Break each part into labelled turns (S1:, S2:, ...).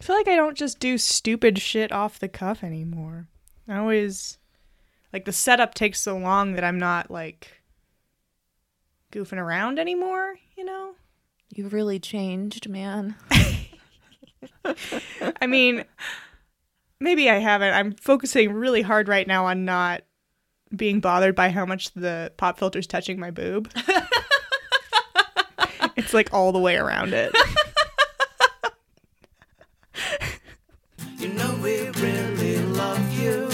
S1: I feel like I don't just do stupid shit off the cuff anymore. I always like the setup takes so long that I'm not like goofing around anymore, you know?
S2: You really changed, man.
S1: I mean, maybe I haven't. I'm focusing really hard right now on not being bothered by how much the pop filter's touching my boob. it's like all the way around it.
S3: You know we really love you.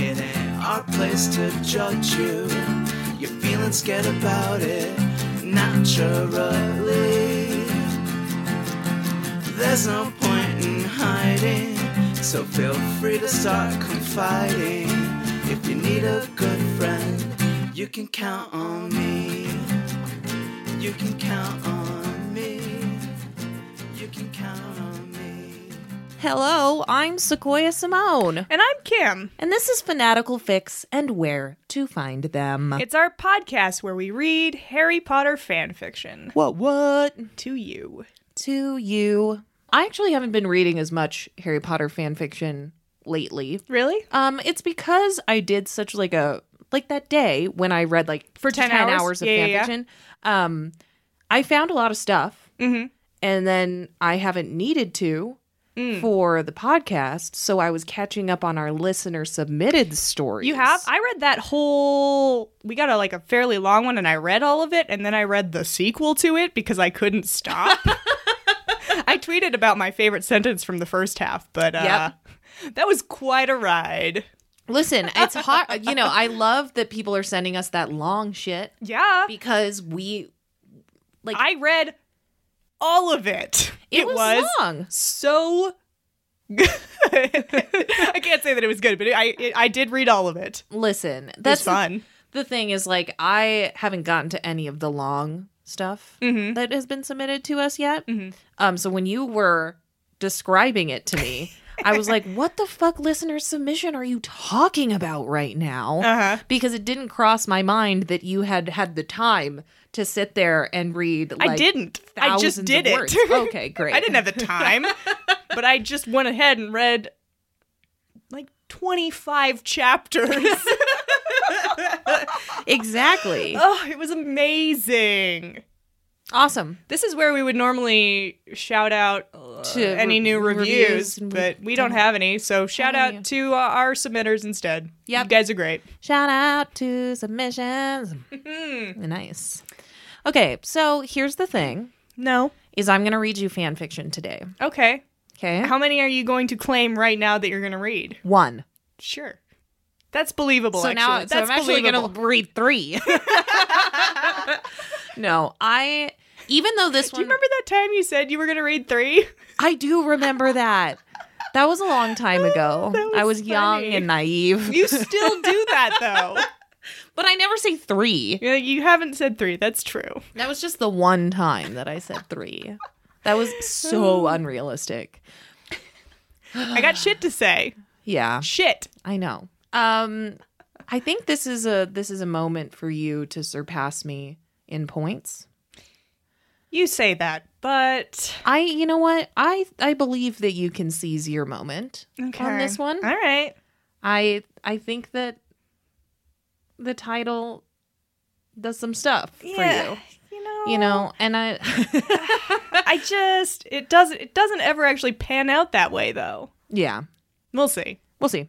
S3: It ain't our place to judge you. You're feeling scared about it naturally. There's no point in hiding, so feel free to start confiding. If you need a good friend, you can count on me. You can count on me. You can count on me.
S2: Hello, I'm Sequoia Simone.
S1: And I'm Kim.
S2: And this is Fanatical Fix and Where to Find Them.
S1: It's our podcast where we read Harry Potter fan fiction
S2: what, what?
S1: to you.
S2: To you. I actually haven't been reading as much Harry Potter fan fiction lately.
S1: Really?
S2: Um, it's because I did such like a like that day when I read like
S1: For 10 hours?
S2: of
S1: Yeah, yeah,
S2: fan
S1: yeah.
S2: fiction. Um, I found a lot of stuff,
S1: Mhm.
S2: and then I haven't needed to
S1: Mm.
S2: for the podcast, so I was catching up on our listener submitted stories.
S1: You have? I read that whole. We got a, like a fairly long one, and I read all of it, and then I read the sequel to it because I couldn't stop. I tweeted about my favorite sentence from the first half, but uh, that was quite a ride.
S2: Listen, it's hard. you know, I love that people are sending us that long shit
S1: Yeah,
S2: because we like
S1: I read all of it.
S2: it, was, long.
S1: so good. I can't say that it was good, but it, I it, I did read all of it.
S2: Listen,
S1: It was
S2: that's the
S1: fun.
S2: the thing is like i haven't gotten to any of the long stuff
S1: Mhm.
S2: that has been submitted to us yet
S1: Mhm.
S2: um so when you were describing it to me i was like what the fuck listener submission are you talking about right now
S1: Uh-huh.
S2: because it didn't cross my mind that you had had the time to sit there and read like
S1: I didn't. I
S2: thousands
S1: just
S2: of
S1: did it.
S2: words. Oh, okay great
S1: I didn't have the time, but I just went ahead and read like 25 chapters.
S2: exactly
S1: oh, it was amazing.
S2: awesome
S1: This is where we would normally shout out uh,
S2: To
S1: any
S2: re-
S1: new reviews,
S2: reviews, and we
S1: but we don't have any. So shout
S2: have
S1: out to uh, our submitters instead.
S2: Yep.
S1: You guys are great.
S2: Shout out to submissions.
S1: Mm-hmm.
S2: nice. Okay, so here's the thing
S1: No.
S2: is I'm going to read you fan fiction today.
S1: Okay.
S2: Okay?
S1: How many are you going to claim right now that you're going to read?
S2: One.
S1: Sure. That's believable.
S2: so
S1: actually.
S2: now
S1: That's
S2: so I'm actually
S1: believable.
S2: going to read 3. no, I even though this
S1: Do you
S2: one
S1: remember that time you said you were going to read three?
S2: I do remember that. That was a long time ago.
S1: That
S2: I
S1: was
S2: was young
S1: funny.
S2: and naive.
S1: You still do that though.
S2: but I never say 3.
S1: You're like, you haven't said three. That's true.
S2: That was just the one time that I said 3. That was so unrealistic.
S1: I got shit to say.
S2: Yeah.
S1: Shit.
S2: I know. Um, I think this is a this is a moment for you to surpass me in points.
S1: You say that, but
S2: I, you know what? I I believe that you can seize your moment
S1: okay.
S2: on this one.
S1: All right.
S2: I I think that the title does some stuff for
S1: You know.
S2: you. You know, and I
S1: I just it doesn't it doesn't ever actually pan out that way though.
S2: yeah,
S1: We'll see.
S2: we'll see.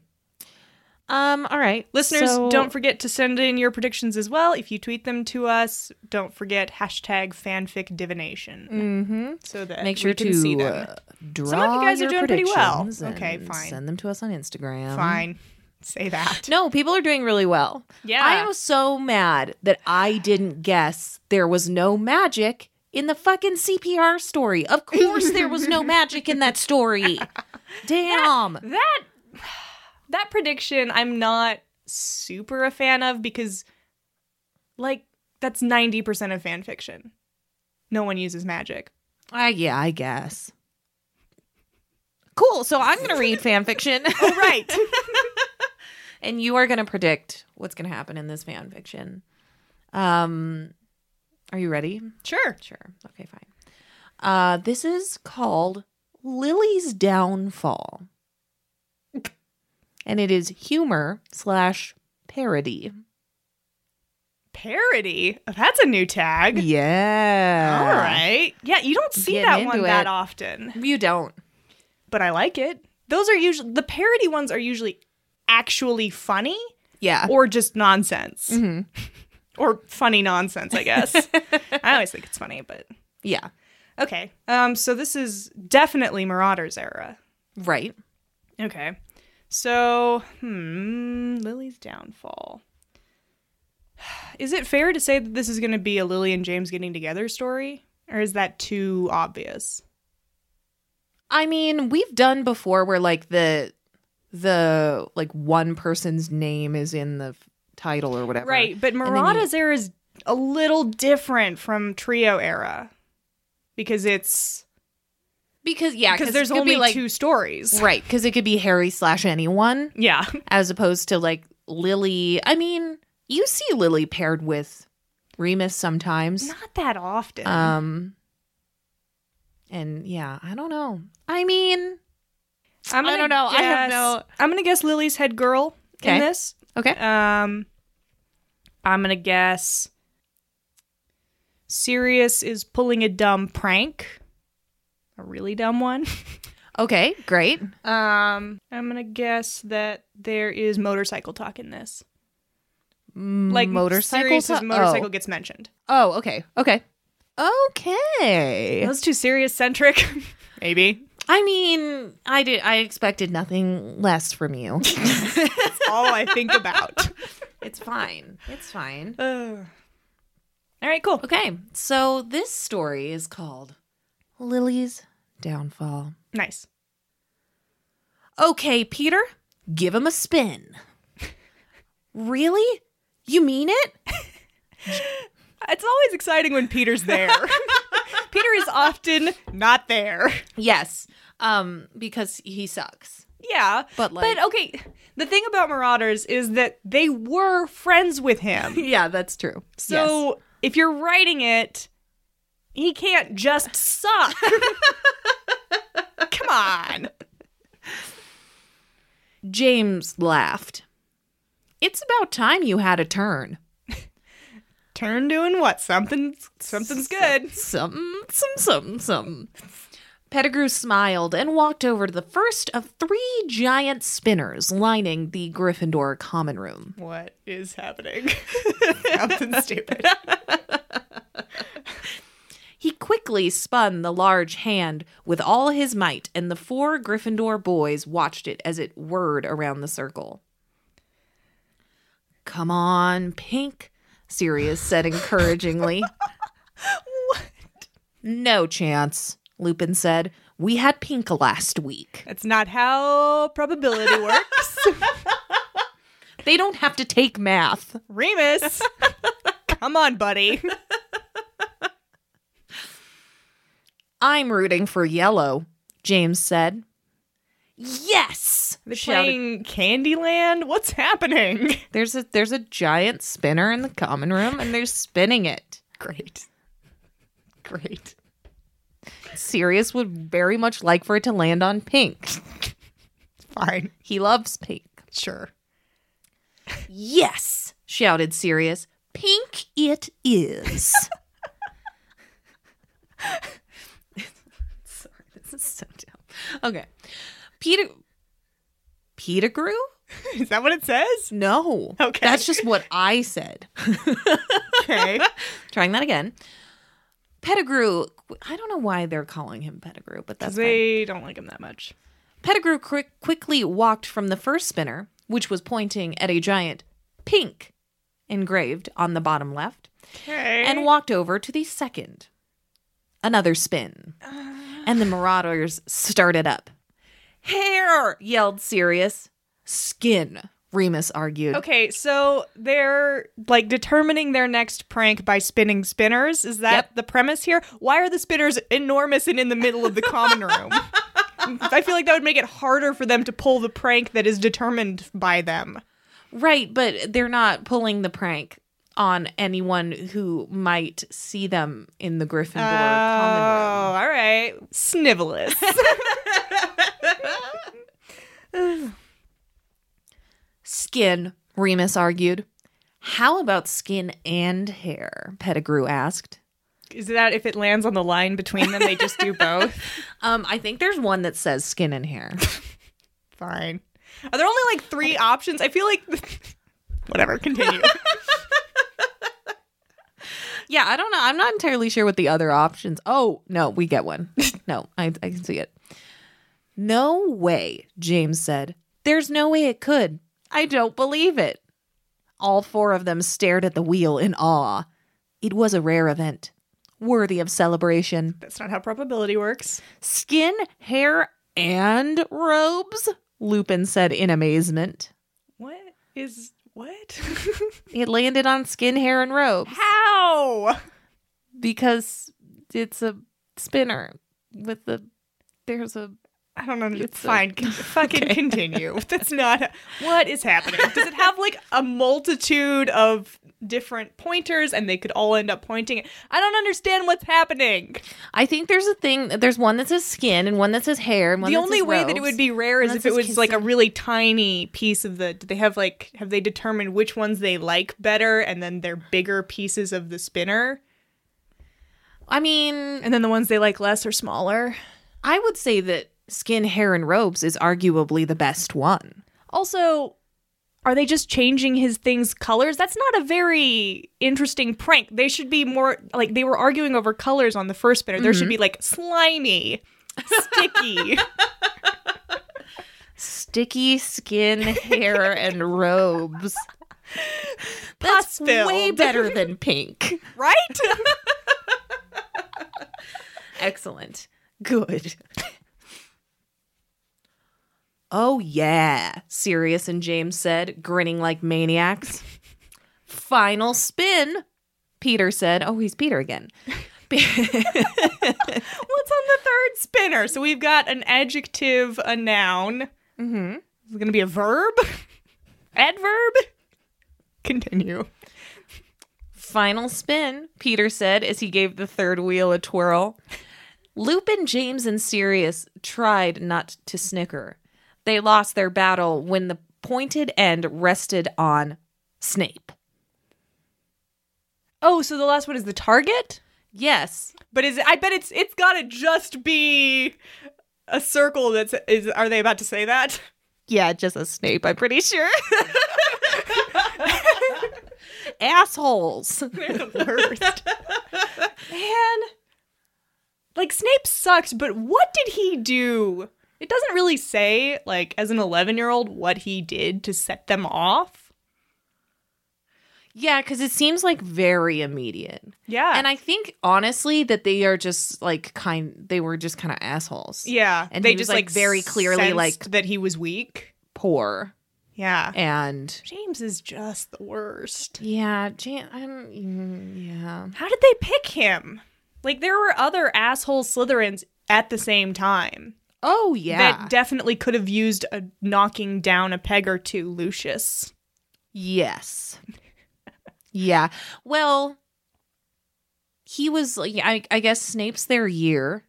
S2: Um, all right,
S1: Listeners,
S2: so-
S1: don't forget to send in your predictions as well. If you tweet them to us, don't forget hashtag fanfic divination.
S2: Mhm.
S1: So that
S2: Make sure
S1: we can
S2: to
S1: see them.
S2: uh, draw
S1: of you guys are
S2: your
S1: doing pretty well.
S2: predictions
S1: Okay,
S2: and
S1: fine.
S2: Send them to us on Instagram.
S1: Fine. Say that.
S2: No, people are doing really well.
S1: Yeah.
S2: I am so mad that I didn't guess there was no magic in the fucking CPR story. Of course there was no magic in that story. Damn.
S1: that that prediction I'm not super a fan of because like that's 90% of fan fiction. No one uses magic.
S2: I, yeah, I guess. Cool. So I'm going to read fan fiction
S1: Oh right.
S2: and you are going to predict what's going to happen in this fan fiction. Um are you ready?
S1: sure.
S2: Sure. Okay, fine. Uh this is called Lily's downfall. And it is humor slash parody.
S1: Parody? That's a new tag.
S2: Yeah.
S1: All right. Yeah, you don't see
S2: Getting
S1: that one
S2: into
S1: that
S2: it.
S1: often,
S2: You don't.
S1: but I like it. Those are usually the parody ones are usually actually funny
S2: Yeah.
S1: or just nonsense.
S2: Mm-hmm.
S1: Or funny nonsense, I guess. I always think it's funny, but
S2: yeah.
S1: okay. Um so this is definitely Marauders era.
S2: Right.
S1: Okay. So, hmm, Lily's downfall. Is it fair to say that this is going to be a Lily and James getting together story? Or is that too obvious?
S2: I mean, we've done before where like the the like one person's name is in the f- title or whatever.
S1: Right, but
S2: then you-
S1: Marauder's era is a little different from Trio era because it's
S2: Because yeah,
S1: because there's
S2: it could
S1: only
S2: be, like,
S1: two stories.
S2: Right, because it could be Harry slash anyone
S1: Yeah,
S2: as opposed to like Lily. I mean, you see Lily paired with Remus sometimes.
S1: not that often.
S2: Um and yeah, I don't know. I mean,
S1: I'm gonna
S2: I don't know. I
S1: guess-
S2: have no-
S1: I'm gonna guess Lily's head girl in
S2: Okay.
S1: this.
S2: okay.
S1: Um, I'm gonna guess Sirius is pulling a dumb prank, a really dumb one.
S2: Okay, great.
S1: Um, I'm gonna guess that there is motorcycle talk in this. Like
S2: Mm, motorcycle
S1: Sirius's
S2: to-
S1: motorcycle
S2: Oh.
S1: gets mentioned.
S2: Oh, okay. Okay. Okay.
S1: That's too serious centric. Maybe.
S2: I mean, I did I expected nothing less from you.
S1: That's all I think about.
S2: it's fine. It's fine.
S1: Ugh. all right, cool.
S2: Okay. So this story is called Lily's Downfall.
S1: Nice.
S2: Okay, Peter, give him a spin. really? You mean it?
S1: It's always exciting when Peter's there. Peter is often not there.
S2: Yes. Um because he sucks.
S1: Yeah.
S2: But, like-
S1: But okay, the thing about Marauders is that they were friends with him.
S2: Yeah, that's true.
S1: So if you're writing it, he can't just suck. Come on.
S2: James laughed. It's about time you had a turn.
S1: Turn doing what? Something something's good.
S2: Some, some, some, some. Pettigrew smiled and walked over to the first of three giant spinners lining the Gryffindor common room.
S1: What is happening? Something stupid.
S2: He quickly spun the large hand with all his might, and the four Gryffindor boys watched it as it whirred around the circle. Come on, Pink, Sirius said encouragingly.
S1: What?
S2: no chance, Lupin said. We had Pink last week.
S1: That's not how probability works.
S2: They don't have to take math.
S1: Remus, come on, buddy.
S2: I'm rooting for yellow, James said. Yes!
S1: They're
S2: shouted-
S1: playing Candyland. What's happening?
S2: There's a there's a giant spinner in the common room and they're spinning it.
S1: Great, great.
S2: Sirius would very much like for it to land on pink.
S1: Fine,
S2: He loves pink.
S1: sure.
S2: Yes, shouted Sirius. Pink it is. Sorry, this is so dumb. Okay. Peter Pettigrew?
S1: Is that what it says?
S2: No.
S1: Okay.
S2: That's just what I said.
S1: Okay.
S2: Trying that again. Pettigrew, I don't know why they're calling him Pettigrew, but that's fine.
S1: they don't like him that much.
S2: Pettigrew quick quickly walked from the first spinner, which was pointing at a giant pink engraved on the bottom left,
S1: Okay.
S2: and walked over to the second. Another spin.
S1: Uh.
S2: And the marauders started up. Hair! yelled Sirius. Skin, Remus argued.
S1: okay, so they're like determining their next prank by spinning spinners. Is that
S2: Yep.
S1: the premise here? Why are the spinners enormous and in the middle of the common room? I feel like that would make it harder for them to pull the prank that is determined by them.
S2: Right, but they're not pulling the prank on anyone who might see them in the Gryffindor
S1: Oh,
S2: common room.
S1: all right. Snivelous.
S2: Skin, Remus argued. How about skin and hair? Pettigrew asked.
S1: Is that if it lands on the line between them, they just do both?
S2: Um, I think there's one that says skin and hair.
S1: Fine. Are there only like three options? I feel like. Whatever, continue.
S2: yeah, I don't know. I'm not entirely sure what the other options. Oh no, we get one. no, I, I can see it. No way, James said. There's no way it could. I don't believe it. All four of them stared at the wheel in awe. It was a rare event, worthy of celebration.
S1: That's not how probability works.
S2: Skin, hair, and robes? Lupin said in amazement.
S1: What is. What?
S2: It landed on skin, hair, and robes
S1: how?
S2: because it's a spinner with the. There's a.
S1: I don't know.
S2: It's a-
S1: Fine, con- fucking continue. That's not what is happening. Does it have like a multitude of different pointers, and they could all end up pointing? at- I don't understand what's happening.
S2: I think there's a thing. There's one that says skin and one that says hair. And one
S1: the
S2: that
S1: only
S2: says
S1: way that it
S2: robes.
S1: would be rare is
S2: Unless
S1: if it
S2: it's
S1: was like a really tiny piece of the. Do they have like have they determined which ones they like better, and then they're bigger pieces of the spinner,
S2: I mean,
S1: and then the ones they like less are smaller.
S2: I would say that skin, hair, and robes is arguably the best one.
S1: Also, are they just changing his thing's colors? That's not a very interesting prank. They should be more like they were arguing over colors on the first spinner. There should be like slimy, sticky.
S2: Sticky skin, hair, and robes. That's
S1: Pus-filled.
S2: way better than pink.
S1: right?
S2: Excellent. Good. oh, yeah, Sirius and James said, grinning like maniacs. Final spin, Peter said. Oh, he's Peter again.
S1: What's on the third spinner? So we've got an adjective, a noun.
S2: Mhm.
S1: Is it going to be a verb? Adverb? Continue.
S2: Final spin, Peter said as he gave the third wheel a twirl. Lupin, James, and Sirius tried not to snicker. They lost their battle when the pointed end rested on Snape.
S1: Oh, so the last one is the target?
S2: Yes,
S1: But is it, I bet it's it's got to just be a circle that's is are they about to say that?
S2: Yeah, just a Snape, I'm pretty sure. Assholes.
S1: They're the worst. Man. Like Snape sucks, but what did he do? It doesn't really say, like, as an 11 year old, what he did to set them off.
S2: Yeah, because it seems like very immediate.
S1: Yeah.
S2: And I think honestly that they are just like kind they were just kind of assholes.
S1: yeah.
S2: and
S1: they
S2: he was,
S1: just
S2: like,
S1: like,
S2: very clearly,
S1: sensed
S2: like-
S1: that he was weak.
S2: Poor.
S1: Yeah.
S2: And
S1: James is just the worst.
S2: yeah, Jan I'm mm, yeah.
S1: How did they pick him? Like there were other asshole Slytherins at the same time
S2: Oh yeah.
S1: that definitely could have used a knocking down a peg or two Lucius.
S2: Yes. yeah. Well, he was like I I guess Snape's their year.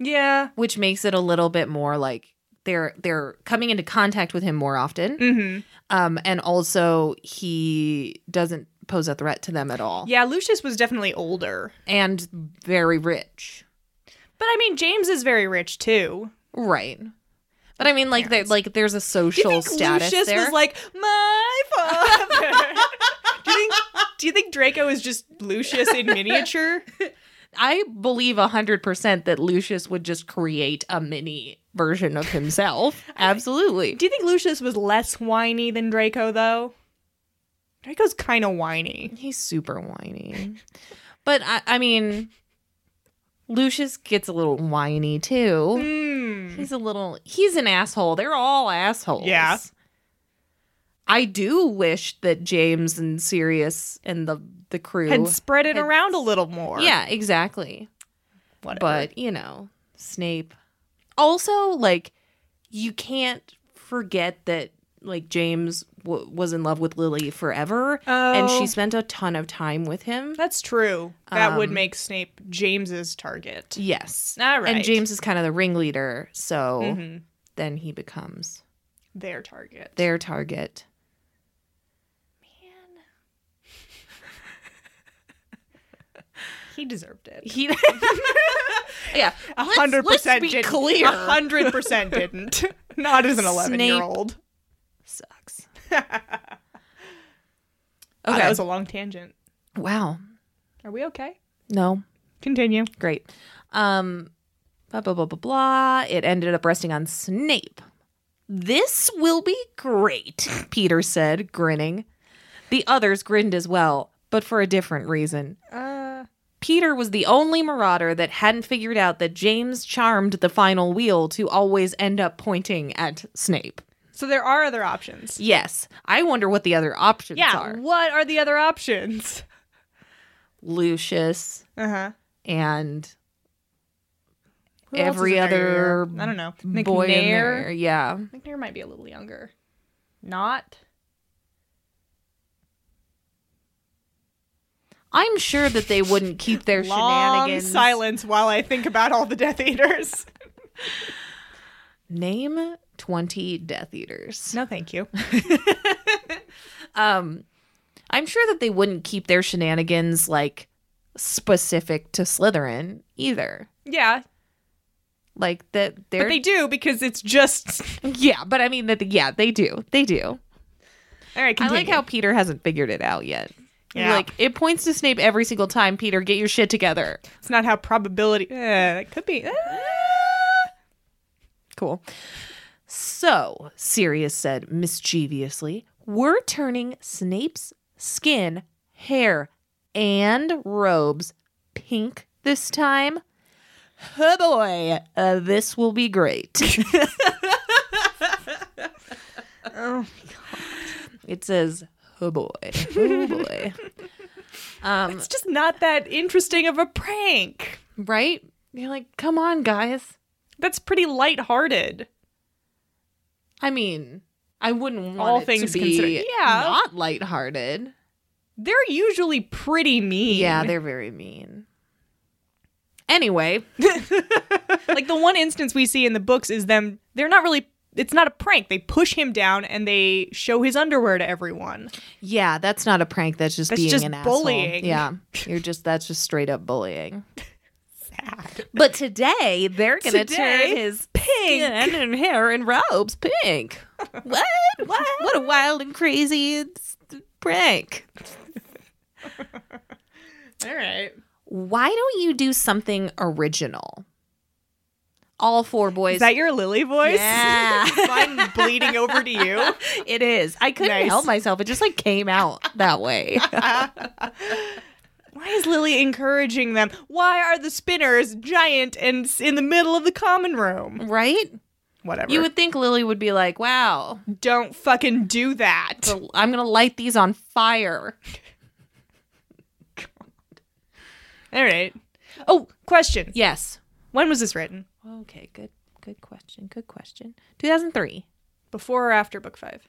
S1: Yeah.
S2: which makes it a little bit more like they're they're coming into contact with him more often
S1: Mhm.
S2: um and also he doesn't pose a threat to them at all
S1: Yeah, Lucius was definitely older.
S2: and very rich
S1: But I mean James is very rich too.
S2: right but i mean like there like there's a
S1: Do you
S2: social
S1: think
S2: status
S1: Lucius
S2: there
S1: was like my father? do you think do you think Draco is just Lucius in miniature?
S2: i believe 100% that lucius would just create a mini version of himself absolutely
S1: Do you think Lucius was less whiny than Draco, though? Draco's kind of whiny.
S2: He's super whiny. but I, I mean, Lucius gets a little whiny too.
S1: Mm.
S2: He's a little, he's an asshole. They're all assholes.
S1: Yeah.
S2: I do wish that James and Sirius and the, the crew
S1: Had spread it
S2: Had-
S1: around a little more.
S2: Yeah, exactly.
S1: Whatever.
S2: But, you know, Snape. Also, like, you can't forget that like James w- was in love with Lily forever, and
S1: Oh.
S2: she spent a ton of time with him.
S1: That's true. That would make Snape James's target.
S2: Yes,
S1: All
S2: um, And
S1: right. Mm-hmm.
S2: James is kind of the ringleader, so then he becomes
S1: Their target.
S2: their target.
S1: He deserved it.
S2: He, yeah,
S1: A hundred percent
S2: Let's be
S1: didn't.
S2: clear.
S1: A hundred percent didn't. Not as an eleven-year-old.
S2: sucks.
S1: Wow, Oh, that
S2: Okay.
S1: was a long tangent.
S2: wow.
S1: Are we okay?
S2: No.
S1: Continue.
S2: Great. Um, blah, blah, blah, blah, blah. It ended up resting on Snape. This will be great, Peter said, grinning. The others grinned as well, but for a different reason.
S1: Uh,
S2: Peter was the only marauder that hadn't figured out that James charmed the final wheel to always end up pointing at Snape.
S1: so there are other options.
S2: Yes, I wonder what the other options
S1: Yeah.
S2: are.
S1: What are the other options?
S2: Lucius
S1: Uh huh.
S2: and Every other
S1: I don't know.
S2: boy
S1: McNair.
S2: in there. Yeah.
S1: McNair might be a little younger. Not.
S2: I'm sure that they wouldn't keep their
S1: Long
S2: shenanigans.
S1: silence while I think about all the Death Eaters.
S2: Name 20 Death Eaters.
S1: no, thank you.
S2: Um, I'm sure that they wouldn't keep their shenanigans like specific to Slytherin either.
S1: Yeah,
S2: Like that
S1: but
S2: they're
S1: they do because it's just.
S2: yeah, but I mean that yeah they do they do.
S1: All right,
S2: I like how Peter hasn't figured it out yet.
S1: Yeah.
S2: Like it points to Snape every single time. Peter, get your shit together.
S1: it's not how probability. Uh, that could be.
S2: Mm. Cool. So, Sirius said mischievously, we're turning Snape's skin, hair, and robes pink this time. Oh boy, uh, this will be great.
S1: Oh,
S2: It says, oh boy, oh boy. Um,
S1: It's just not that interesting of a prank.
S2: right? You're like, come on, guys.
S1: That's pretty lighthearted.
S2: I mean, I wouldn't want
S1: All
S2: it to
S1: things
S2: be
S1: considered. Yeah.
S2: not lighthearted.
S1: They're usually pretty mean.
S2: Yeah, they're very mean. Anyway,
S1: like the one instance we see in the books is them. They're not really. It's not a prank. They push him down and they show his underwear to everyone.
S2: yeah, that's not a prank. That's just
S1: That's
S2: being
S1: just
S2: an
S1: bullying.
S2: asshole. Yeah, you're just that's just straight up bullying.
S1: Sad.
S2: But today they're gonna
S1: Today,
S2: turn his pink skin and hair and robes pink. What? what? What a wild and crazy s- prank!
S1: All right.
S2: Why don't you do something original? All four boys.
S1: Is that your Lily voice?
S2: Yeah.
S1: Mine bleeding over to you.
S2: it is. I couldn't
S1: Nice.
S2: help myself. It just like came out that way.
S1: Why is Lily encouraging them? Why are the spinners giant and s- in the middle of the common room?
S2: right?
S1: Whatever.
S2: You would think Lily would be like, wow,
S1: don't fucking do that.
S2: so I'm going to light these on fire.
S1: All right. Oh, question.
S2: Yes.
S1: When was this written?
S2: Okay, good. Good question. Good question. 2003.
S1: Before or after book 5?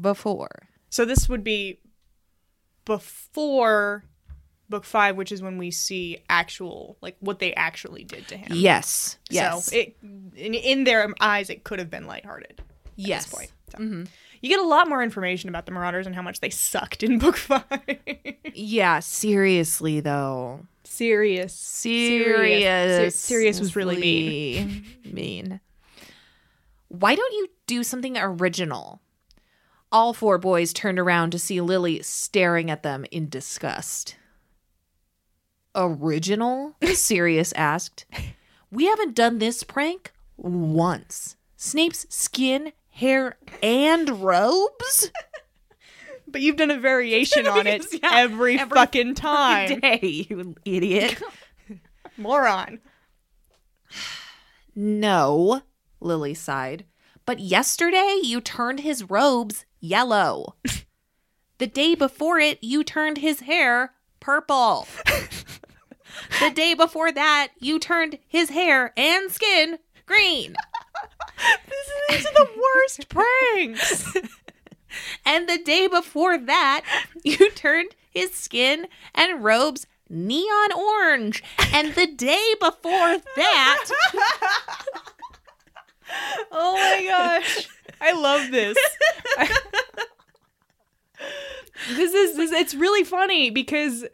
S2: Before.
S1: So this would be before book 5, which is when we see actual like what they actually did to him.
S2: Yes. Yes.
S1: So it in, in their eyes it could have been lighthearted.
S2: yes.
S1: this point. So.
S2: Mm-hmm.
S1: You get a lot more information about the Marauders and how much they sucked in book five.
S2: Yeah, seriously though.
S1: Serious.
S2: Serious.
S1: Se- serious was really mean.
S2: mean. Why don't you do something original? All four boys turned around to see Lily staring at them in disgust. Original? Sirius asked. We haven't done this prank once. Snape's skin, hair, and robes?
S1: But you've done a variation on it
S2: Yeah,
S1: every,
S2: every
S1: fucking time.
S2: Day, you idiot.
S1: Moron.
S2: No, Lily sighed. But yesterday you turned his robes yellow. the day before it, you turned his hair purple. the day before that, you turned his hair and skin green.
S1: These are the
S2: worst pranks. and the day before that, you turned his skin and robes neon orange. And the day before that,
S1: Oh my gosh. I love this. this is this it's really funny because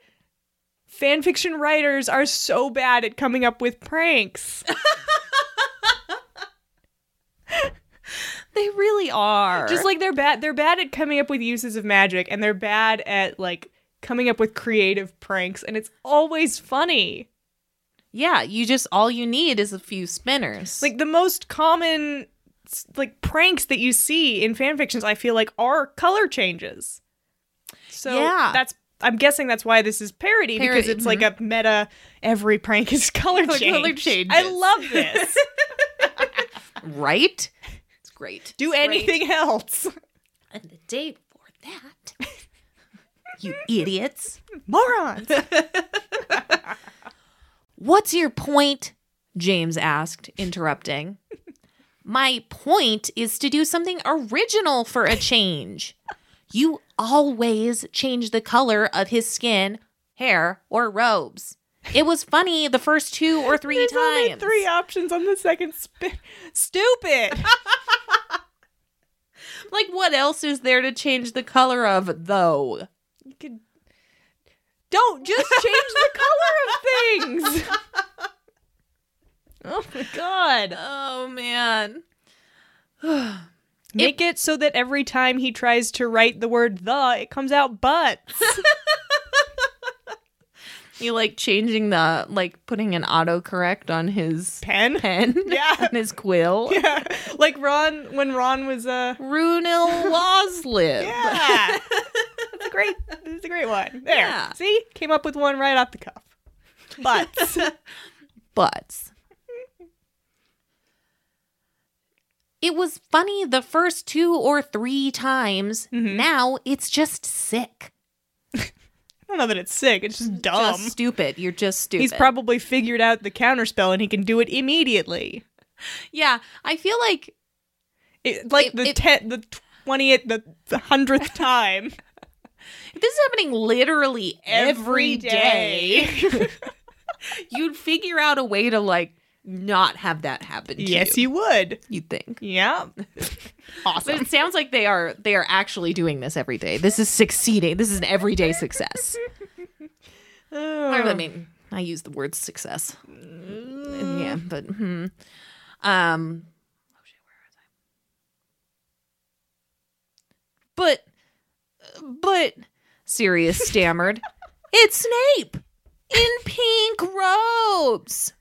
S1: fan fiction writers are so bad at coming up with pranks.
S2: they really are.
S1: Just like they're bad they're bad at coming up with uses of magic and they're bad at like coming up with creative pranks and it's always funny.
S2: yeah, you just all you need is a few spinners.
S1: Like the most common s- like pranks that you see in fan fictions I feel like are color changes. So
S2: Yeah.
S1: that's I'm guessing that's why this is parody, because
S2: Parody, mm-hmm.
S1: it's like a meta every prank is color
S2: Color-
S1: change.
S2: color changes.
S1: I love this.
S2: right? It's great.
S1: Do anything else.
S2: And the day before that, you idiots.
S1: Morons.
S2: What's your point? James asked, interrupting. My point is to do something original for a change. You always change the color of his skin, hair, or robes. It was funny the first two or three
S1: There's only
S2: times.
S1: three options on the second spin. Stupid.
S2: Like, what else is there to change the color of, though?
S1: you could don't just change the color of things. oh my god.
S2: Oh, man.
S1: Make it so that every time he tries to write the word the, it comes out but.
S2: You like changing the, like putting an autocorrect on his
S1: Pen.
S2: pen,
S1: Yeah.
S2: on his quill.
S1: Yeah. Like Ron when Ron was uh
S2: Runil Loslib.
S1: Yeah. That's a great that's a great one. There.
S2: Yeah.
S1: See? Came up with one right off the cuff. But
S2: Butts. It was funny the first two or three times. Now it's just sick.
S1: I don't know that it's sick, it's just dumb.
S2: Just stupid. You're just stupid.
S1: Um. He's probably figured out the counterspell and he can do it immediately.
S2: Yeah, I feel like
S1: It, like
S2: It-
S1: the
S2: it-
S1: ten, the twentieth, the the hundredth time
S2: if this is happening literally every day,
S1: day.
S2: you'd figure out a way to like not have that happen to
S1: yes,
S2: you.
S1: you would.
S2: You think.
S1: Yeah.
S2: Awesome. But it sounds like they are they are actually doing this every day. This is succeeding. This is an everyday success. I mean, I use the word success.
S1: Um,
S2: Yeah, but hmm. Um, oh shit, where was I? But, but, Sirius stammered, "It's Snape in pink robes."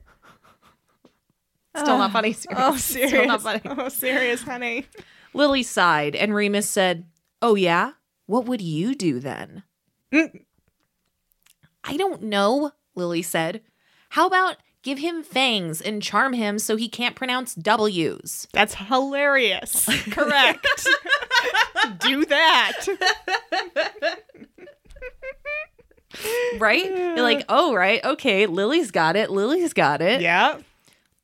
S2: Still not funny, Sirius.
S1: Oh,
S2: Still
S1: serious.
S2: not funny.
S1: Oh, serious, honey.
S2: Lily sighed, and Remus said, Oh, yeah? What would you do then?
S1: Mm.
S2: I don't know, Lily said. How about give him fangs and charm him so he can't pronounce W's?
S1: That's hilarious. Correct. Do that.
S2: Right? You're like, Oh, right. Okay. Lily's got it. Lily's got it.
S1: Yeah.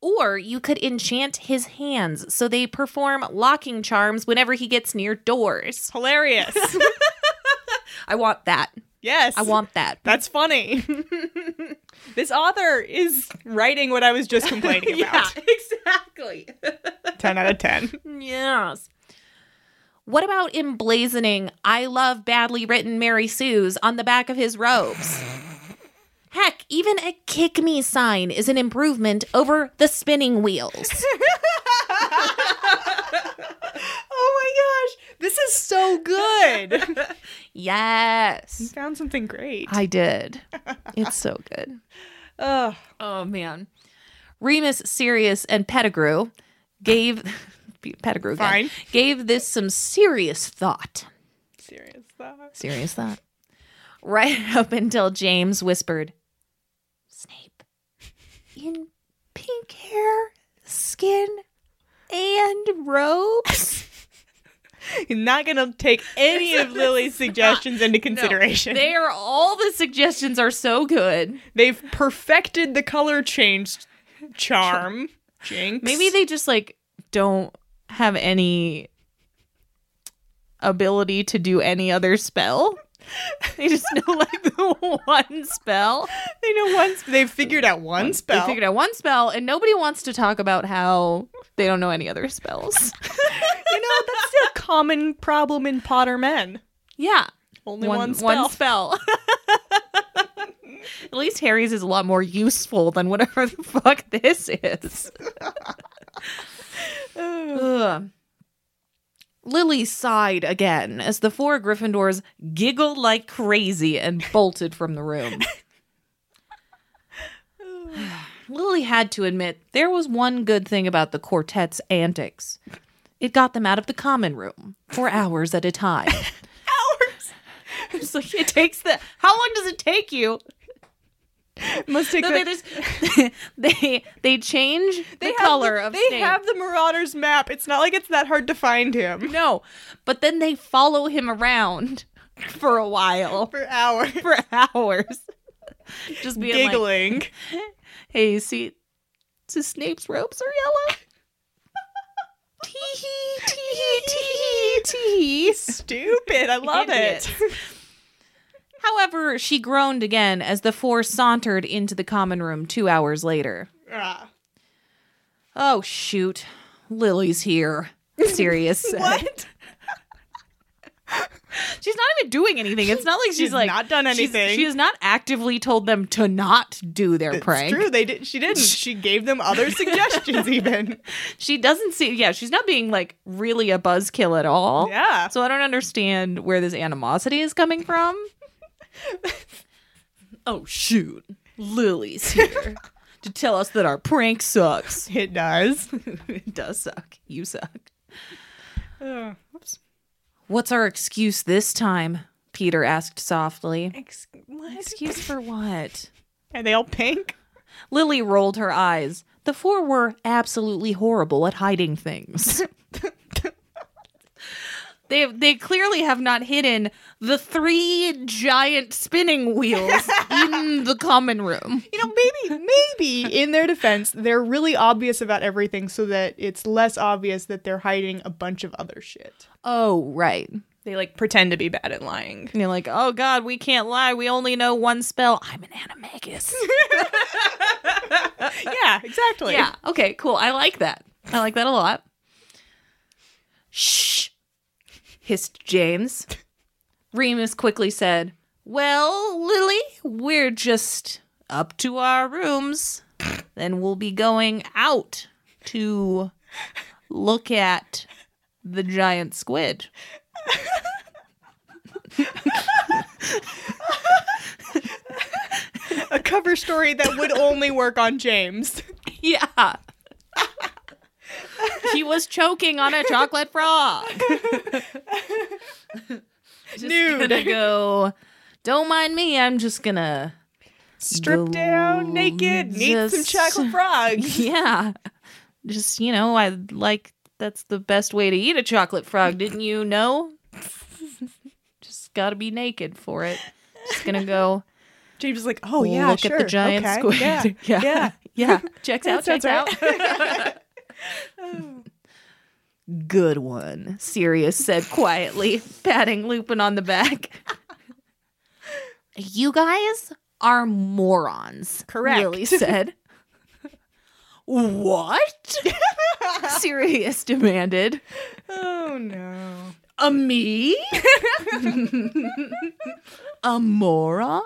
S2: Or you could enchant his hands so they perform locking charms whenever he gets near doors.
S1: Hilarious.
S2: I want that.
S1: Yes.
S2: I want that.
S1: That's funny. this author is writing what I was just complaining
S2: yeah,
S1: about.
S2: exactly.
S1: 10 out of 10.
S2: Yes. What about emblazoning I love badly written Mary Sue's on the back of his robes? Heck, even a kick me sign is an improvement over the spinning wheels.
S1: Oh my gosh. This is so good.
S2: yes.
S1: Found something great.
S2: I did. It's so good.
S1: Ugh.
S2: Oh man. Remus, Sirius, and Pettigrew gave Pettigrew again,
S1: Fine.
S2: gave this some serious thought.
S1: Serious thought.
S2: Serious thought. Right up until James whispered, Snape, in pink hair, skin, and robes?
S1: You're not going to take any of Lily's suggestions into consideration.
S2: They are all the suggestions are so good.
S1: They've perfected the color change charm. Jinx.
S2: Maybe they just like don't have any ability to do any other spell. They just know like the one spell.
S1: They know once they've figured out one spell.
S2: They figured out one spell, and nobody wants to talk about how they don't know any other spells.
S1: you know, that's a common problem in Potter men.
S2: yeah,
S1: Only one,
S2: one,
S1: spell.
S2: One spell. At least Harry's is a lot more useful than whatever the fuck this is. Ugh. Lily sighed again as the four Gryffindors giggled like crazy and bolted from the room. Lily had to admit there was one good thing about the quartet's antics. It got them out of the common room for hours at a time.
S1: Hours.
S2: It's like it takes the how long does it take you?
S1: Must take
S2: No,
S1: the-
S2: they just they they change the
S1: have
S2: color
S1: the-
S2: of
S1: They
S2: Snape.
S1: have the Marauder's map. It's not like it's that hard to find him
S2: no, but then they follow him around for a while
S1: for hours.
S2: for hours, just being like,
S1: Giggling.
S2: "Hey, you see, so Snape's robes are yellow." Tee hee, tee hee, tee hee, tee hee.
S1: Stupid. I love
S2: Idiots.
S1: it.
S2: However, she groaned again as the four sauntered into the common room two hours later.
S1: Ah.
S2: Oh shoot, Lily's here. Sirius said.
S1: What?
S2: She's not even doing anything. It's not like she's,
S1: She's
S2: like
S1: not done
S2: she's-
S1: anything.
S2: she has not actively told them to not do their prank.
S1: It's true. They did. She didn't. She gave them other suggestions. Even.
S2: She doesn't see. Yeah, she's not being like really a buzzkill at all.
S1: Yeah.
S2: So I don't understand where this animosity is coming from. oh shoot, Lily's here to tell us that our prank sucks.
S1: It does.
S2: it does suck. You suck.
S1: Uh, whoops.
S2: What's our excuse this time? Peter asked softly.
S1: Ex- what?
S2: Excuse for what?
S1: Are they all pink?
S2: Lily rolled her eyes. The four were absolutely horrible at hiding things. they they clearly have not hidden the three giant spinning wheels in the common room.
S1: You know, maybe, maybe in their defense, they're really obvious about everything so that it's less obvious that they're hiding a bunch of other shit.
S2: Oh, right.
S1: They like pretend to be bad at lying.
S2: And you're like, oh god, we can't lie. We only know one spell. I'm an animagus.
S1: yeah, exactly.
S2: yeah. Okay. Cool. I like that. I like that a lot. Shh, hissed James. Remus quickly said, Well, Lily, we're just up to our rooms. Then we'll be going out to look at the giant squid.
S1: A cover story that would only work on James.
S2: Yeah. he was choking on a chocolate frog. just
S1: Nude.
S2: gonna go. Don't mind me. I'm just gonna.
S1: Stripped down, naked, and eat some
S2: Just-
S1: chocolate frogs.
S2: Yeah. Just you know, I like that's the best way to eat a chocolate frog. Didn't you know? just gotta be naked for it. Just gonna go.
S1: James is like, oh yeah,
S2: look
S1: sure.
S2: at the giant
S1: okay,
S2: squid.
S1: Yeah,
S2: yeah,
S1: yeah.
S2: yeah. Checks out.
S1: That
S2: Checks
S1: sounds
S2: out. Good one, Sirius said quietly, patting Lupin on the back. you guys are morons.
S1: Correct.
S2: Lily said. what? Sirius demanded.
S1: Oh no.
S2: A me? a moron?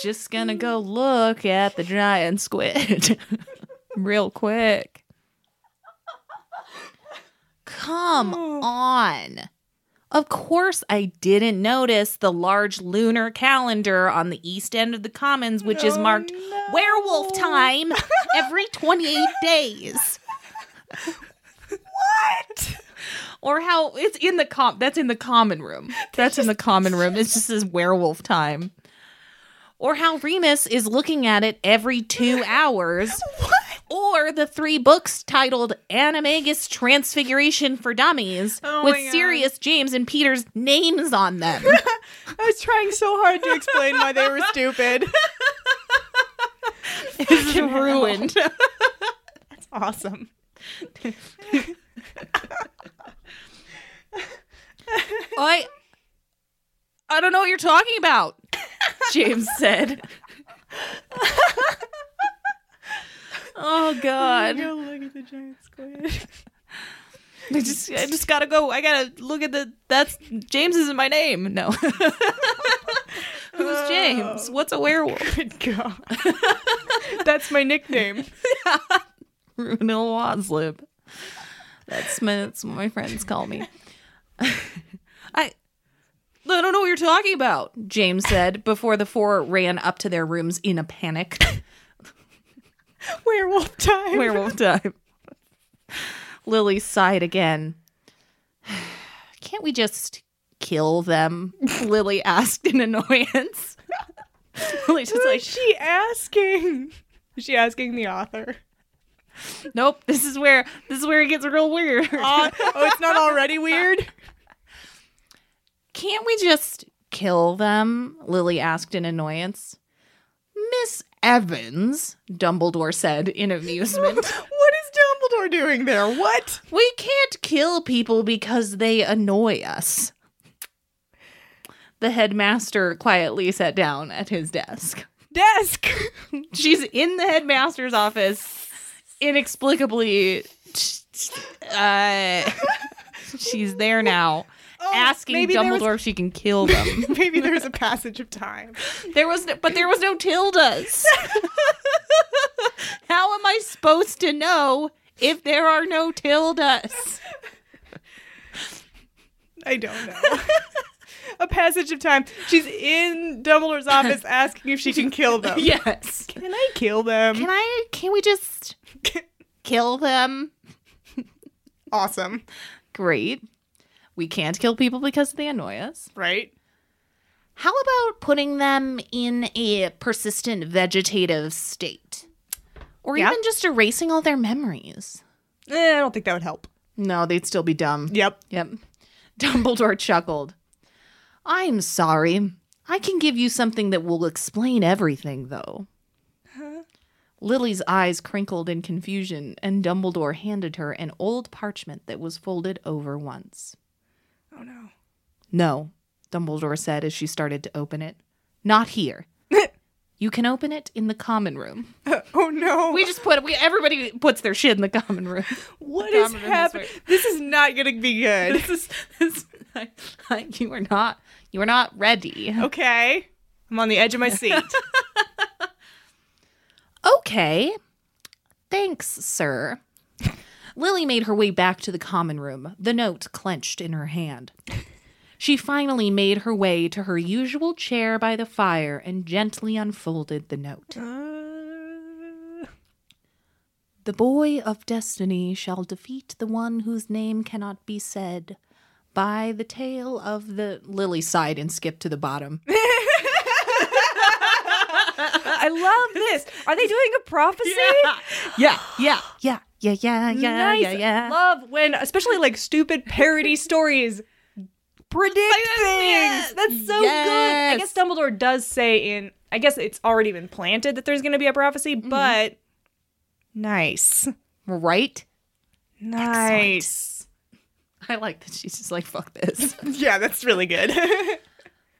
S2: Just gonna go look at the giant squid real quick. Come
S1: Oh.
S2: on. Of course, I didn't notice the large lunar calendar on the east end of the commons, which is
S1: Oh,
S2: marked
S1: no.
S2: werewolf time every 28 days
S1: What?
S2: or how it's in the com that's in the common room that's in the common room it's just this werewolf time or how remus is looking at it every two hours or the three books titled animagus transfiguration for dummies
S1: Oh
S2: with
S1: my God.
S2: sirius james and peter's names on them
S1: I was trying so hard to explain why they were stupid.
S2: this is ruined
S1: Awesome.
S2: I I don't know what you're talking about, James said. oh god.
S1: Go look at the giant squid.
S2: I just I just gotta go. I gotta look at the that's James isn't my name. No. Who's James? What's a werewolf?
S1: Good God. That's my nickname.
S2: Runel Waslib. That's my, that's what my friends call me. I I don't know what you're talking about, James said before the four ran up to their rooms in a panic.
S1: Werewolf time.
S2: Werewolf time. Lily sighed again. Can't we just kill them? Lily asked in annoyance. Lily's
S1: Who
S2: just like,
S1: is she asking? Is she asking the author?
S2: nope. This is where this is where it gets real weird.
S1: Uh, oh, it's not already weird?
S2: Can't we just kill them? Lily asked in annoyance. Miss Evans, Dumbledore said in amusement.
S1: What is Dumbledore doing there? What?
S2: we can't kill people because they annoy us. The headmaster quietly sat down at his desk.
S1: Desk.
S2: She's in the headmaster's office, inexplicably. Uh, she's there now,
S1: Oh,
S2: asking
S1: maybe there was-
S2: Dumbledore if she can kill them.
S1: Maybe there's a passage of time.
S2: There was, no, but there was no tildes. How am I supposed to know if there are no tildes?
S1: I don't know. a passage of time. She's in Dumbledore's office asking if she can kill them.
S2: Yes.
S1: Can I kill them?
S2: Can I? Can we just kill them?
S1: awesome.
S2: Great. We can't kill people because they annoy us.
S1: Right?
S2: How about putting them in a persistent vegetative state, or
S1: Yeah.
S2: even just erasing all their memories?
S1: Eh, I don't think that would help.
S2: No, they'd still be dumb.
S1: Yep.
S2: Yep. Dumbledore chuckled. I'm sorry. I can give you something that will explain everything, though. Lily's eyes crinkled in confusion, and Dumbledore handed her an old parchment that was folded over once.
S1: Oh no.
S2: No, Dumbledore said as she started to open it. Not here. you can open it in the common room.
S1: Oh no.
S2: We just put we everybody puts their shit in the common room.
S1: what is
S2: Donovan has
S1: happening?
S2: right.
S1: This is not going to be good.
S2: this is this, I, I, you are not you are not ready.
S1: Okay. I'm on the edge of my seat.
S2: Okay. Thanks, sir. Lily made her way back to the common room, the note clenched in her hand. She finally made her way to her usual chair by the fire and gently unfolded the note. The boy of destiny shall defeat the one whose name cannot be said. By the tail of the Lily sighed and skipped to the bottom.
S1: I love this. Are they doing a prophecy?
S2: yeah, yeah, yeah, yeah, yeah, yeah,
S1: nice.
S2: yeah, yeah.
S1: Love when, especially like stupid parody stories, predict things. That's so good. I
S2: Yes.
S1: guess Dumbledore does say in. I guess it's already been planted that there's going to be a prophecy, but nice,
S2: Right?
S1: nice.
S2: I like that she's just like, fuck this.
S1: Yeah, that's really good.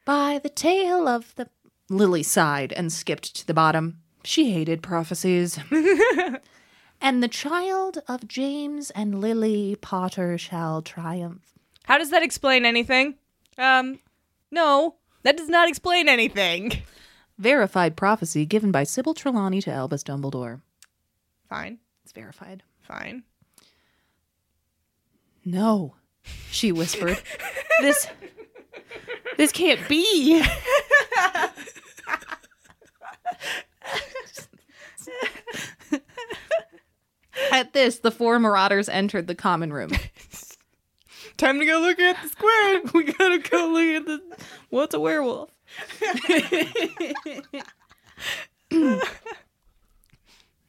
S2: By the tail of the. Lily sighed and skipped to the bottom. She hated prophecies. and the child of James and Lily Potter shall triumph.
S1: How does that explain anything? Um, no, that does not explain anything.
S2: Verified prophecy given by Sybil Trelawney to Albus Dumbledore.
S1: Fine,
S2: It's verified.
S1: fine.
S2: No, she whispered. this. This can't be. At this, the four marauders entered the common room.
S1: Time to go look at the squid.
S2: we gotta go look at the. What's a werewolf?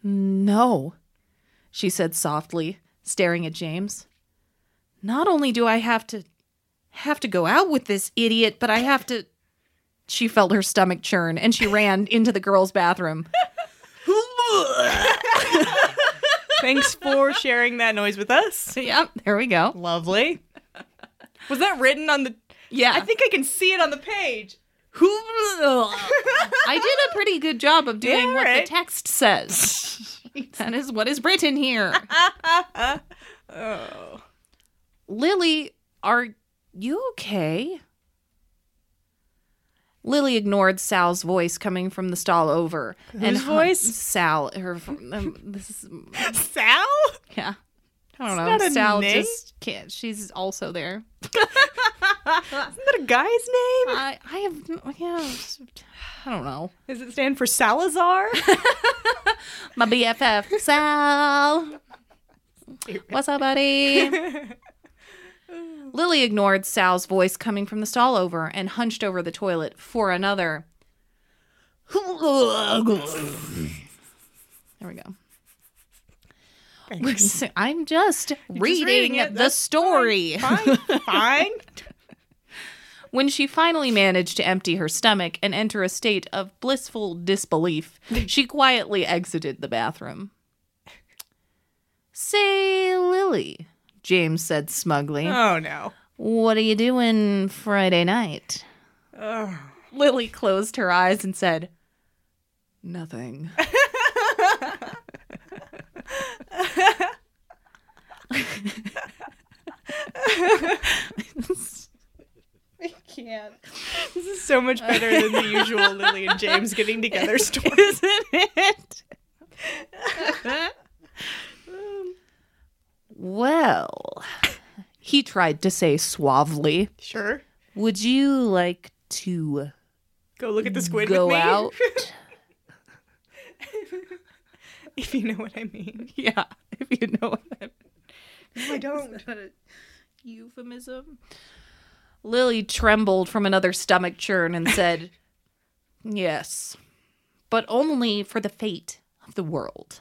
S2: no, she said softly, staring at James. Not only do I have to have to go out with this idiot, but I have to. She felt her stomach churn and she ran into the girls' bathroom.
S1: Thanks for sharing that noise with us.
S2: yep, there we go.
S1: Lovely. Was that written on the
S2: Yeah.
S1: I think I can see it on the page.
S2: Who? I did a pretty good job of doing
S1: Yeah,
S2: what
S1: alright.
S2: the text says. that is what is written here.
S1: Oh.
S2: Lily, are you okay? Lily ignored Sal's voice coming from the stall over.
S1: Whose voice?
S2: Sal. Her. Um, this is,
S1: Sal?
S2: yeah. I don't
S1: It's
S2: know.
S1: not a
S2: Sal
S1: name.
S2: just can't. She's also there.
S1: Isn't that a guy's name?
S2: I. I have. Yeah. I don't know.
S1: Does it stand for Salazar?
S2: My BFF, Sal. What's up, buddy? Lily ignored Sal's voice coming from the stall over and hunched over the toilet for another. There we go.
S1: Thanks.
S2: I'm just reading,
S1: reading it,
S2: the
S1: that's
S2: story.
S1: Fine. Fine.
S2: When she finally managed to empty her stomach and enter a state of blissful disbelief, she quietly exited the bathroom. Say, Lily, James said smugly,
S1: Oh no.
S2: what are you doing Friday night?
S1: Oh.
S2: Lily closed her eyes and said, Nothing.
S1: can't. This is so much better than the usual Lily and James getting together story.
S2: Isn't it? well, he tried to say suavely,
S1: Sure.
S2: Would you like to
S1: Go look at the squid
S2: go
S1: with me.
S2: out?
S1: If you know what I mean.
S2: yeah, if you know what I
S1: I don't.
S2: euphemism. Lily trembled from another stomach churn and said, Yes, but only for the fate of the world.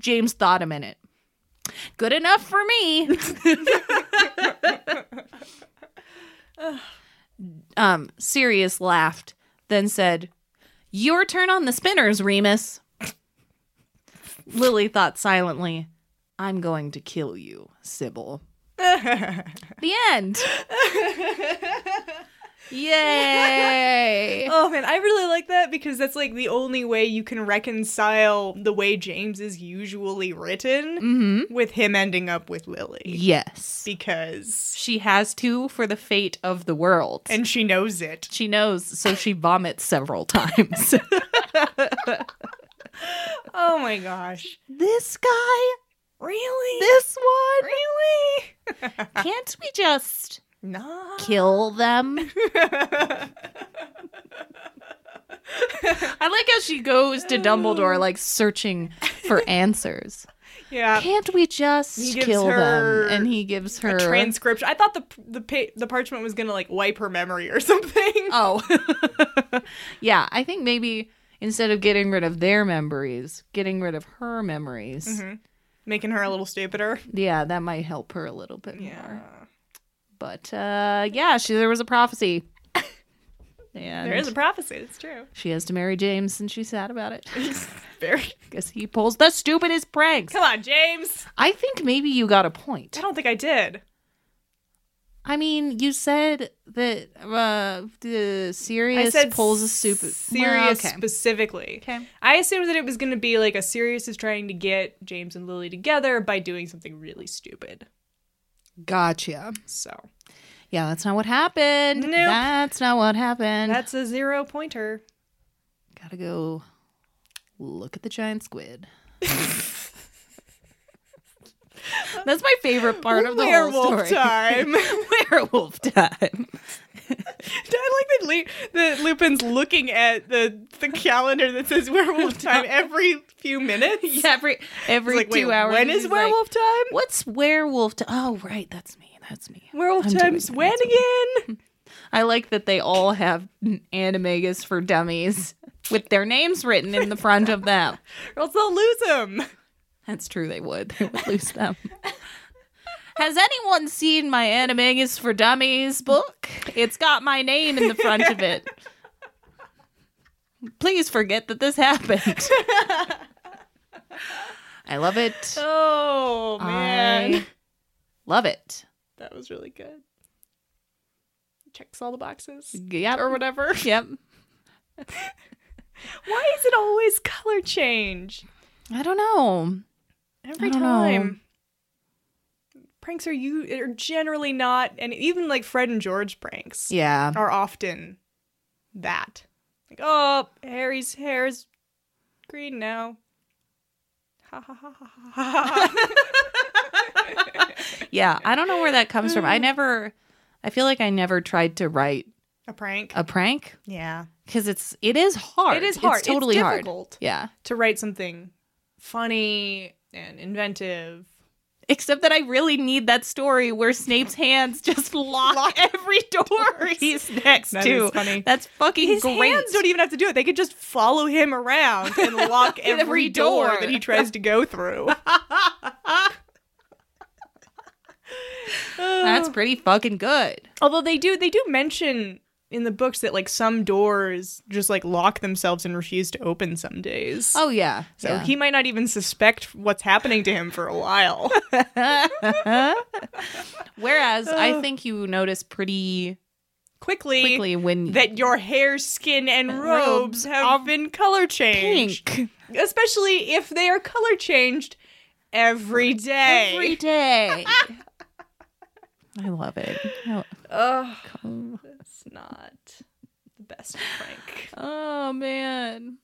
S2: James thought a minute. Good enough for me. um, Sirius laughed, then said, Your turn on the spinners, Remus. Lily thought silently, I'm going to kill you, Sybil. The end. Yay.
S1: Oh man, I really like that because that's like the only way you can reconcile the way James is usually written
S2: mm-hmm.
S1: with him ending up with Lily.
S2: Yes.
S1: Because
S2: She has to for the fate of the world.
S1: and she knows it.
S2: she knows, so she vomits several times.
S1: Oh my gosh.
S2: this guy?
S1: Really?
S2: This one?
S1: really?
S2: Can't we just
S1: Nah.
S2: kill them? I like how she goes to Dumbledore, like searching for answers.
S1: yeah.
S2: Can't we just
S1: Uh, He gives
S2: kill
S1: her
S2: them? And he gives her.
S1: A transcription. I thought the the pa- the parchment was gonna like wipe her memory or something.
S2: Oh. yeah, I think maybe instead of getting rid of their memories, getting rid of her memories.
S1: Mm-hmm. making her a little stupider.
S2: Yeah, that might help her a little bit more.
S1: Yeah.
S2: But uh yeah, she there was a prophecy. and
S1: There is a prophecy. It's true.
S2: she has to marry James and she's sad about it.
S1: Very.
S2: Cuz he pulls the stupidest pranks.
S1: Come on, James.
S2: I think maybe you got a point.
S1: I don't think I did.
S2: I mean, you said that uh the Sirius
S1: I said
S2: pulls a stupid
S1: serious
S2: Well, okay.
S1: specifically.
S2: Okay.
S1: I assumed that it was going to be like a Sirius is trying to get James and Lily together by doing something really stupid.
S2: Gotcha.
S1: So
S2: Yeah, that's not what happened.
S1: Nope.
S2: That's not what happened.
S1: that's a zero pointer.
S2: Gotta go look at the giant squid. That's my favorite part of the whole
S1: Werewolf
S2: story.
S1: time.
S2: Werewolf time.
S1: I like that, Le- that Lupin's looking at the the calendar that says werewolf time every few minutes.
S2: Yeah, every every
S1: It's like,
S2: two
S1: wait,
S2: hours.
S1: When is
S2: he's like,
S1: werewolf time?
S2: What's werewolf time? Oh, right, that's me. That's me.
S1: Werewolf
S2: I'm doing
S1: time's
S2: that.
S1: when again?
S2: I like that they all have animagus for dummies with their names written in the front of them.
S1: Or else they'll lose him.
S2: That's true. They would. They would lose them. Has anyone seen my Animagus for Dummies book? It's got my name in the front of it. Please forget that this happened. I love it.
S1: Oh man,
S2: I love it.
S1: that was really good. checks all the boxes
S2: Yep.
S1: or whatever.
S2: Yep.
S1: Why is it always color change
S2: I don't know.
S1: every
S2: I don't know.
S1: time? Pranks are you are generally not, and even like Fred and George pranks
S2: Yeah.
S1: are often that. Like, oh, Harry's hair is green now. Ha ha ha ha ha, ha. ha.
S2: Yeah. I don't know where that comes from. I never, I feel like I never tried to write
S1: A prank.
S2: a prank
S1: yeah.
S2: because it's, it is hard.
S1: It is hard.
S2: It's totally hard.
S1: difficult
S2: Yeah.
S1: to write something funny and inventive.
S2: Except that I really need that story where Snape's hands just lock, every door he's next
S1: That
S2: to.
S1: is funny.
S2: That's fucking
S1: His
S2: great.
S1: hands don't even have to do it. They could just follow him around and lock every,
S2: Every
S1: door.
S2: door.
S1: that he tries to go through.
S2: That's pretty fucking good.
S1: Although they do they do mention in the books that like some doors just like lock themselves and refuse to open some days.
S2: Oh yeah.
S1: so
S2: yeah.
S1: he might not even suspect what's happening to him for a while.
S2: Whereas I think you notice pretty
S1: quickly,
S2: quickly when
S1: that your hair, skin, and robes
S2: robes
S1: have been color changed.
S2: pink
S1: Especially if they are color changed every day.
S2: every day. I love it. Oh,
S1: Ugh,
S2: oh.
S1: that's not the best prank.
S2: Oh man.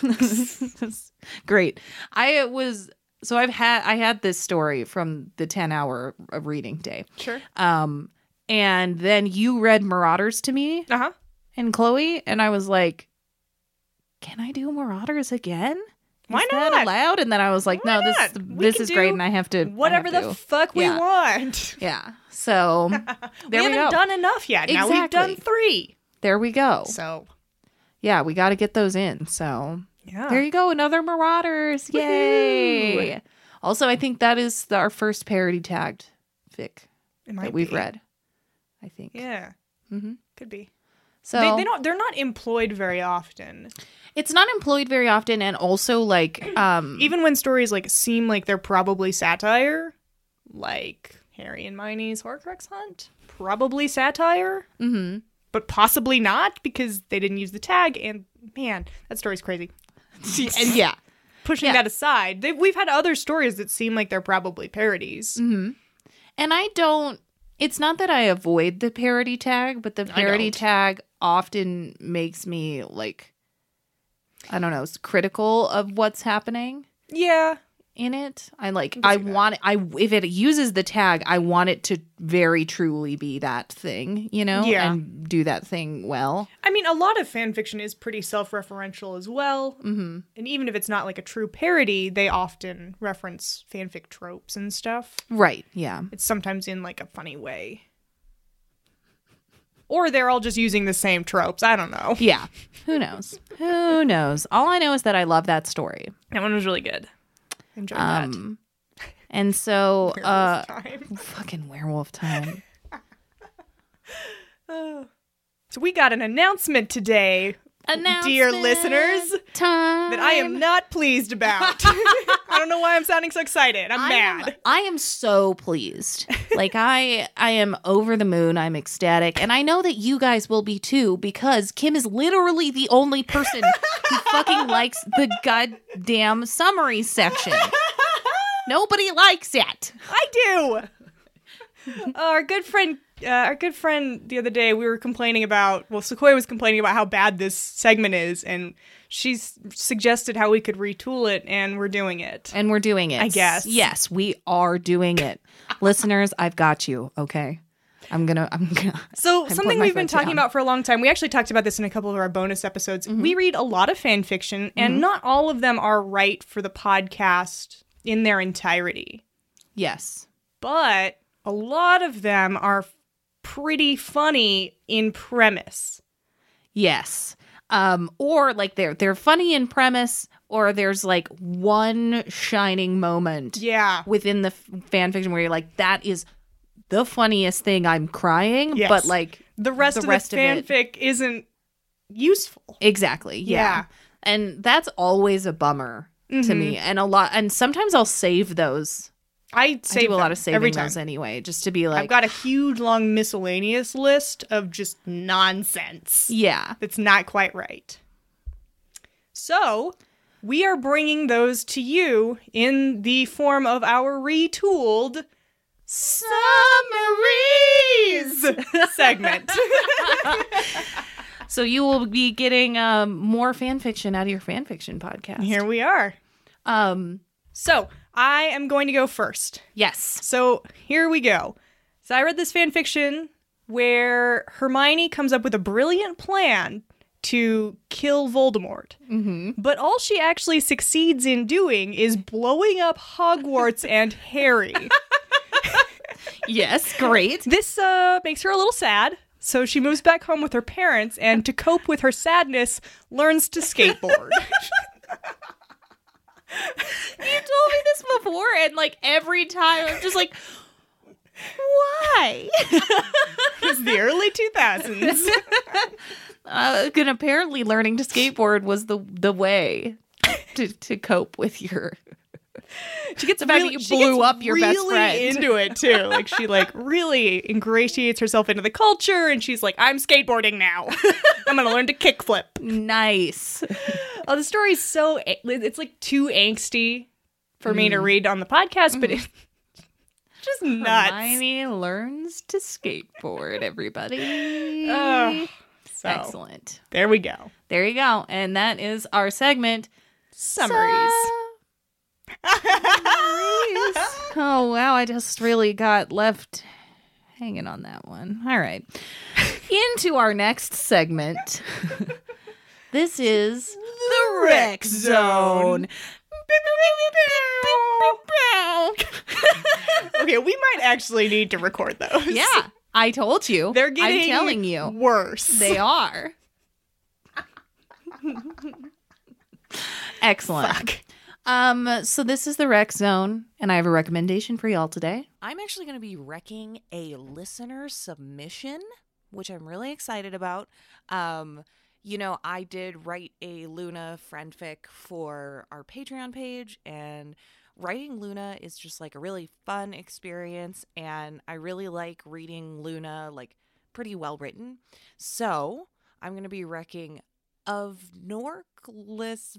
S2: Great. I was so I've had I had this story from the 10 hour of reading day.
S1: Sure.
S2: Um and then you read Marauders to me
S1: Uh huh.
S2: and Chloe and I was like can I do Marauders again?
S1: Why
S2: Is
S1: not?
S2: That allowed? And then I was like,
S1: Why
S2: no, this
S1: not? We
S2: this
S1: can
S2: is great
S1: do
S2: and I have to I have
S1: Whatever the
S2: to.
S1: fuck we
S2: Yeah.
S1: want.
S2: Yeah. So there
S1: we,
S2: we, go.
S1: haven't done enough yet. Now we've done
S2: Exactly.
S1: three.
S2: there we go.
S1: So
S2: Yeah, we got to get those in. So
S1: yeah.
S2: There you go, another Marauders. Yay.
S1: Woohoo.
S2: Also, I think that is the, our first parody tagged fic
S1: It might
S2: that we've
S1: be.
S2: read. I think.
S1: Yeah.
S2: hmm
S1: Could be.
S2: So
S1: they, they don't. They're not employed very often.
S2: it's not employed very often, and also like um
S1: Even when stories like seem like they're probably satire, like Harry and Miney's Horcrux Hunt, probably satire,
S2: mhm.
S1: but possibly not because they didn't use the tag. And man, that story's crazy.
S2: and yeah,
S1: Pushing
S2: Yeah.
S1: that aside, they, we've had other stories that seem like they're probably parodies.
S2: and I don't. It's not that I avoid the parody tag, but the parody
S1: don't.
S2: tag often makes me like I don't know, s- critical of what's happening.
S1: Yeah,
S2: in it. I like
S1: can
S2: I
S1: see that.
S2: want it- I if it uses the tag, I want it to very truly be that thing, you know,
S1: Yeah.
S2: and do that thing well.
S1: I mean, a lot of fan fiction is pretty self-referential as well. Mm-hmm. And even if it's not like a true parody, they often reference fanfic tropes and stuff.
S2: Right. Yeah.
S1: It's sometimes in like a funny way. Or they're all just using the same tropes. I don't know.
S2: Yeah. Who knows? Who knows? All I know is that I love that story.
S1: That one was really good. Enjoyed
S2: Um and so
S1: that.
S2: uh
S1: Time.
S2: fucking werewolf time.
S1: So we got an announcement today Dear listeners,
S2: time.
S1: that I am not pleased about. I don't know why I'm sounding so excited. I'm
S2: I am-
S1: mad.
S2: I am so pleased. Like I I am over the moon. I'm ecstatic. And I know that you guys will be too because Kim is literally the only person who fucking likes the goddamn summary section. Nobody likes it.
S1: I do. our good friend, uh, our good friend, the other day we were complaining about. Well, Sequoia was complaining about how bad this segment is, and she s- suggested how we could retool it, and we're doing it.
S2: And we're doing it.
S1: I guess.
S2: Yes, we are doing it. Listeners, I've got you, okay? I'm going to I'm going to
S1: So
S2: putting
S1: something
S2: my
S1: we've been
S2: foot
S1: talking
S2: down.
S1: about for a long time. We actually talked about this in a couple of our bonus episodes.
S2: Mm-hmm.
S1: We read a lot of fan fiction, and not all of them are right for the podcast in their entirety.
S2: Yes.
S1: but a lot of them are pretty funny in premise.
S2: Yes. Um, or like they're they're funny in premise, or there's like one shining moment
S1: Yeah.
S2: within the f- fan fiction where you're like, that is the funniest thing. I'm crying,
S1: Yes.
S2: but like
S1: The rest
S2: The
S1: of
S2: rest
S1: the
S2: of it.
S1: fanfic is isn't useful.
S2: exactly, yeah.
S1: Yeah. Mm-hmm.
S2: And that's always a bummer to me, and a lot. And sometimes I'll save those
S1: I
S2: I
S1: save
S2: do a lot
S1: them
S2: of saving
S1: every time.
S2: those anyway, just to be like,
S1: I've got a huge long miscellaneous list of just nonsense
S2: yeah,
S1: that's not quite right. So, we are bringing those to you in the form of our retooled summaries segment.
S2: So you will be getting um, more fan fiction out of your fan fiction podcast.
S1: Here we are.
S2: um,
S1: So, I am going to go first.
S2: yes,
S1: So here we go. So I read this fan fiction where Hermione comes up with a brilliant plan to kill Voldemort. Mm-hmm. But all she actually succeeds in doing is blowing up Hogwarts and Harry.
S2: yes, great.
S1: This uh, makes her a little sad. So she moves back home with her parents and to cope with her sadness, learns to skateboard.
S2: you told me this before, and like every time, I'm just like, why?
S1: it's the early 2000s.
S2: uh, and apparently, learning to skateboard was the the way to to cope with your. She gets the fact
S1: really-
S2: that you
S1: she
S2: blew
S1: gets
S2: up your best
S1: really
S2: friend.
S1: Into it too, like she like really ingratiates herself into the culture, and she's like, "I'm skateboarding now. I'm gonna learn to kickflip."
S2: nice.
S1: Oh, the story's so a- it's like too angsty for me to read on the podcast, but it's Mm. Mm-hmm. just nuts.
S2: Hermione learns to skateboard. Everybody.
S1: Ugh. so
S2: Excellent.
S1: there we go.
S2: There you go. And that is our segment
S1: Summaries.
S2: oh wow, I just really got left hanging on that one. All right. Into our next segment. this is the Rec Zone.
S1: okay, we might actually need to record those.
S2: yeah, I told you.
S1: they're getting.
S2: I'm telling you.
S1: worse.
S2: They are. Excellent.
S1: Fuck.
S2: Um, so this is the rec zone, and I have a recommendation for y'all today.
S4: I'm actually going to be wrecking a listener submission, which I'm really excited about. Um, you know, I did write a Luna friendfic for our Patreon page, and writing Luna is just like a really fun experience, and I really like reading Luna, like pretty well written. So I'm going to be wrecking of Norkless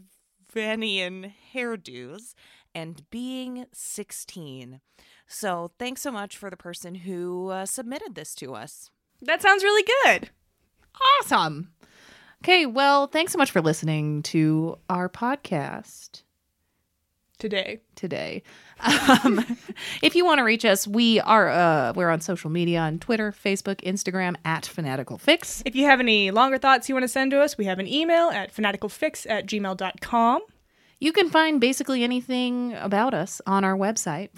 S4: Vanian hairdos and being 16. So thanks so much for the person who uh, submitted this to us.
S1: That sounds really good.
S2: Awesome. Okay, well, thanks so much for listening to our podcast
S1: Today.
S2: today. Um, if you want to reach us, we are uh, we're on social media on Twitter, Facebook, Instagram at Fanatical Fix.
S1: If you have any longer thoughts you want to send to us, we have an email at fanaticalfix at gmail.com.
S2: You can find basically anything about us on our website,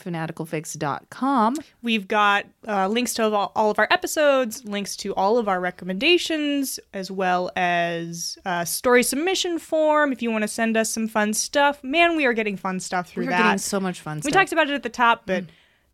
S2: fanaticalfix.com.
S1: We've got uh, links to all, all of our episodes, links to all of our recommendations, as well as uh, story submission form if you want to send us some fun stuff. Man, we are getting fun stuff through
S2: We're getting
S1: that.
S2: so much fun
S1: we
S2: stuff.
S1: talked about it at the top, but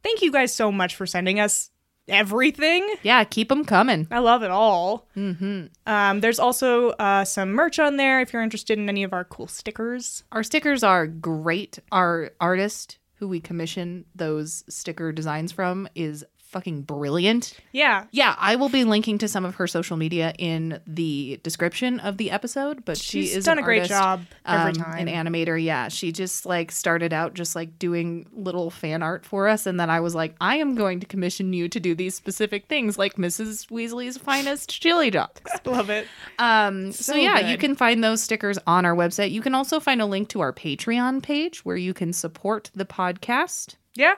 S1: thank you guys so much for sending us everything.
S2: yeah, keep them coming.
S1: I love it all. Mm-hmm. Um, there's also uh, some merch on there if you're interested in any of our cool stickers.
S2: Our stickers are great. Our artist who we commission those sticker designs from is fucking brilliant.
S1: Yeah,
S2: Yeah, I will be linking to some of her social media in the description of the episode, but
S1: She's
S2: she is
S1: done a
S2: an
S1: great
S2: artist,
S1: job every
S2: um,
S1: time.
S2: An animator, yeah. She just like started out just like doing little fan art for us and then I was like, I am going to commission you to do these specific things like Mrs. Weasley's finest chili dogs.
S1: love it.
S2: Um, so,
S1: So
S2: yeah,
S1: good.
S2: you can find those stickers on our website. You can also find a link to our Patreon page where you can support the podcast.
S1: Yeah.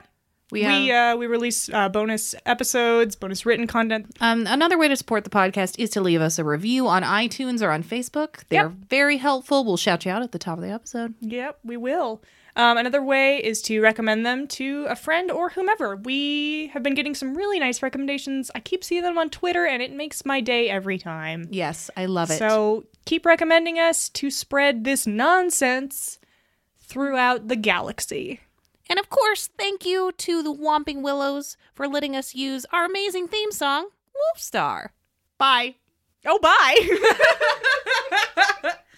S2: We,
S1: We uh,
S2: have,
S1: we release uh, bonus episodes, bonus written content.
S2: um, another way to support the podcast is to leave us a review on iTunes or on Facebook. They're very helpful. We'll shout you out at the top of the episode.
S1: Yep, we will. Um, another way is to recommend them to a friend or whomever. We have been getting some really nice recommendations. I keep seeing them on Twitter, and it makes my day every time.
S2: Yes, I love it.
S1: So keep recommending us to spread this nonsense throughout the galaxy.
S2: and of course, thank you to the Whomping Willows for letting us use our amazing theme song, Wolfstar. Bye.
S1: Oh, bye.